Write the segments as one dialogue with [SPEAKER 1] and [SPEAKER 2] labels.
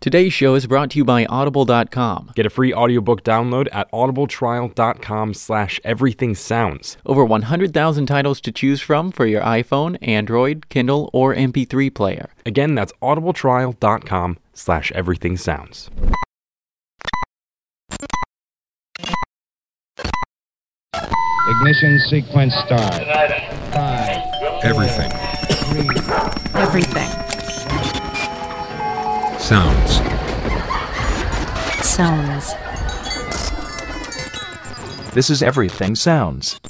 [SPEAKER 1] Today's show is brought to you by Audible.com.
[SPEAKER 2] Get a free audiobook download at audibletrial.com slash everythingsounds.
[SPEAKER 1] Over 100,000 titles to choose from for your iPhone, Android, Kindle, or MP3 player.
[SPEAKER 2] Again, that's audibletrial.com slash everythingsounds.
[SPEAKER 3] Ignition sequence start. Five,
[SPEAKER 4] Everything.
[SPEAKER 3] three,
[SPEAKER 5] Everything.
[SPEAKER 4] Sounds.
[SPEAKER 5] Sounds.
[SPEAKER 6] This is Everything Sounds.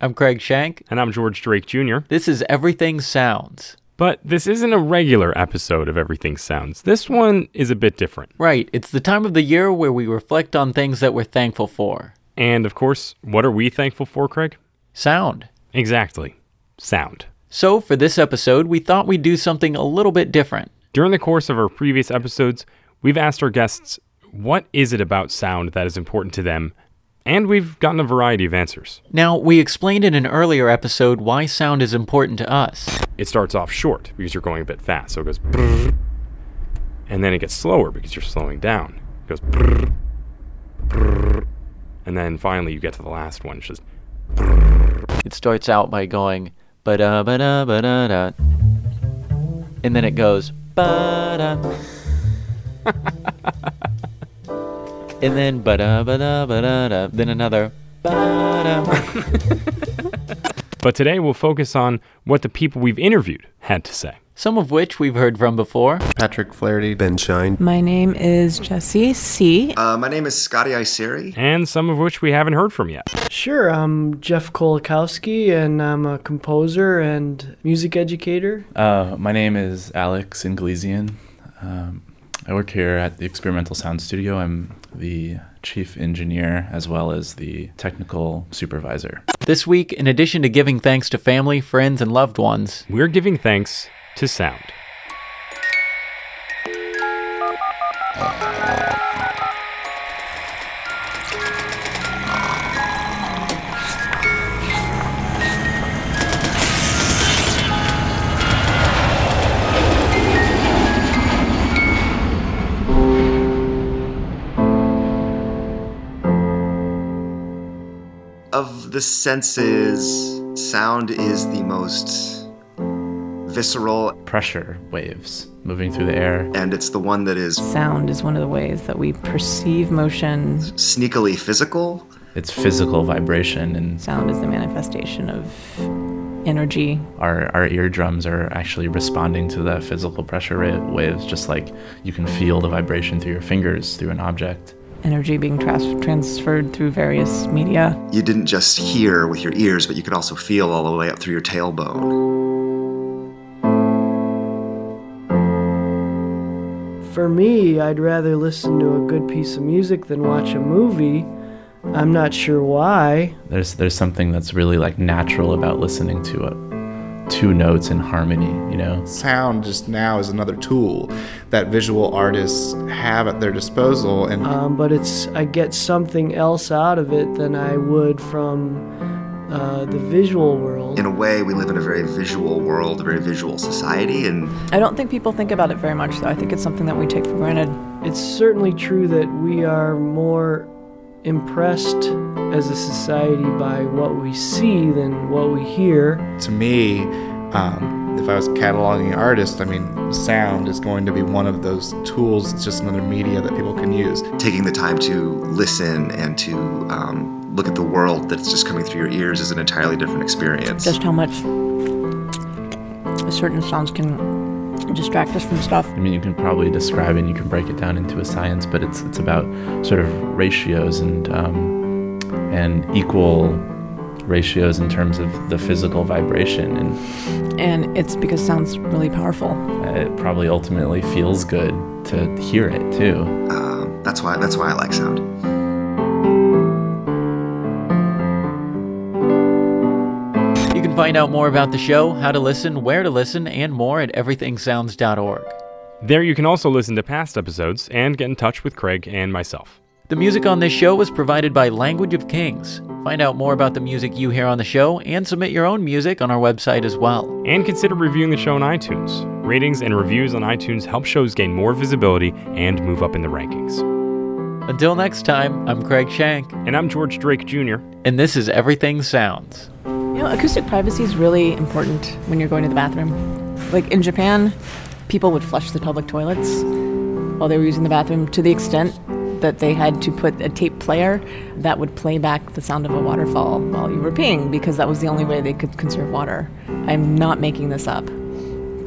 [SPEAKER 1] I'm Craig Shank.
[SPEAKER 2] And I'm George Drake Jr.
[SPEAKER 1] This is Everything Sounds.
[SPEAKER 2] But this isn't a regular episode of Everything Sounds. This one is a bit different.
[SPEAKER 1] Right, it's the time of the year where we reflect on things that we're thankful for.
[SPEAKER 2] And of course, what are we thankful for, Craig?
[SPEAKER 1] Sound.
[SPEAKER 2] Exactly. Sound.
[SPEAKER 1] So, for this episode, we thought we'd do something a little bit different.
[SPEAKER 2] During the course of our previous episodes, we've asked our guests, what is it about sound that is important to them? And we've gotten a variety of answers.
[SPEAKER 1] Now, we explained in an earlier episode why sound is important to us.
[SPEAKER 2] It starts off short because you're going a bit fast, so it goes brrr. And then it gets slower because you're slowing down. It goes brrr, brrr. And then finally you get to the last one. It's just
[SPEAKER 1] It starts out by going ba da ba da ba da da, and then it goes ba da, and then ba da ba da ba da da, then another ba da.
[SPEAKER 2] But today we'll focus on what the people we've interviewed had to say.
[SPEAKER 1] Some of which we've heard from before.
[SPEAKER 7] Patrick Flaherty.
[SPEAKER 4] Ben Shine.
[SPEAKER 5] My name is Jesse C.
[SPEAKER 8] Uh, my name is Scotty Iseri.
[SPEAKER 2] And some of which we haven't heard from yet.
[SPEAKER 9] Sure, I'm Jeff Kolakowski, and I'm a composer and music educator.
[SPEAKER 7] Uh, my name is Alex Inglesian. Um, I work here at the Experimental Sound Studio. I'm the chief engineer as well as the technical supervisor.
[SPEAKER 1] This week, in addition to giving thanks to family, friends, and loved ones,
[SPEAKER 2] We're giving thanks to sound.
[SPEAKER 8] Of the senses, sound is the most visceral,
[SPEAKER 7] Pressure waves moving through the air.
[SPEAKER 8] and it's the one that is
[SPEAKER 5] Sound is one of the ways that we perceive motion.
[SPEAKER 8] sneakily physical.
[SPEAKER 7] It's physical vibration, and
[SPEAKER 5] Sound is the manifestation of energy.
[SPEAKER 7] our, our eardrums are actually responding to the physical pressure ra- waves, just like you can feel the vibration through your fingers through an object.
[SPEAKER 5] Energy being trans- transferred through various media.
[SPEAKER 8] You didn't just hear with your ears, but you could also feel all the way up through your tailbone.
[SPEAKER 9] For me, I'd rather listen to a good piece of music than watch a movie. I'm not sure why.
[SPEAKER 7] there's there's something that's really like natural about listening to a, two notes in harmony you know
[SPEAKER 10] sound just now is another tool that visual artists have at their disposal and
[SPEAKER 9] um, but it's I get something else out of it than I would from uh, the visual world.
[SPEAKER 8] In a way, we live in a very visual world, a very visual society, and
[SPEAKER 5] I don't think people think about it very much, though. I think it's something that we take for granted.
[SPEAKER 9] It's certainly true that we are more impressed as a society by what we see than what we hear.
[SPEAKER 10] to me um, if i was cataloging artists i mean sound is going to be one of those tools it's just another media that people can use
[SPEAKER 8] taking the time to listen and to um, look at the world that's just coming through your ears is an entirely different experience.
[SPEAKER 5] Just how much certain sounds can distract us from stuff.
[SPEAKER 7] i mean you can probably describe it and you can break it down into a science but it's it's about sort of ratios and um, and equal ratios in terms of the physical vibration and uh,
[SPEAKER 5] And it's because sound's really powerful.
[SPEAKER 7] it probably ultimately feels good to hear it too
[SPEAKER 8] Um, that's why. That's why I like sound.
[SPEAKER 1] You can find out more about the show, how to listen, where to listen, and more at everythingsounds.org.
[SPEAKER 2] There you can also listen to past episodes and get in touch with Craig and myself.
[SPEAKER 1] The music on this show was provided by Language of Kings. Find out more about the music you hear on the show and submit your own music on our website as well.
[SPEAKER 2] And consider reviewing the show on iTunes. Ratings and reviews on iTunes help shows gain more visibility and move up in the rankings.
[SPEAKER 1] Until next time, I'm Craig Shank,
[SPEAKER 2] And I'm George Drake Jr.
[SPEAKER 1] and this is Everything Sounds.
[SPEAKER 5] You know, acoustic privacy is really important when you're going to the bathroom. Like in Japan, people would flush the public toilets while they were using the bathroom to the extent that they had to put a tape player that would play back the sound of a waterfall while you were peeing because that was the only way they could conserve water. I'm not making this up.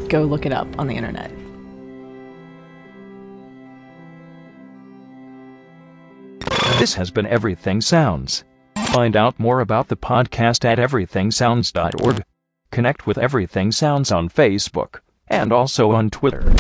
[SPEAKER 5] Go look it up on the internet.
[SPEAKER 6] This has been Everything Sounds. Find out more about the podcast at everythingsounds.org. Connect with Everything Sounds on Facebook and also on Twitter.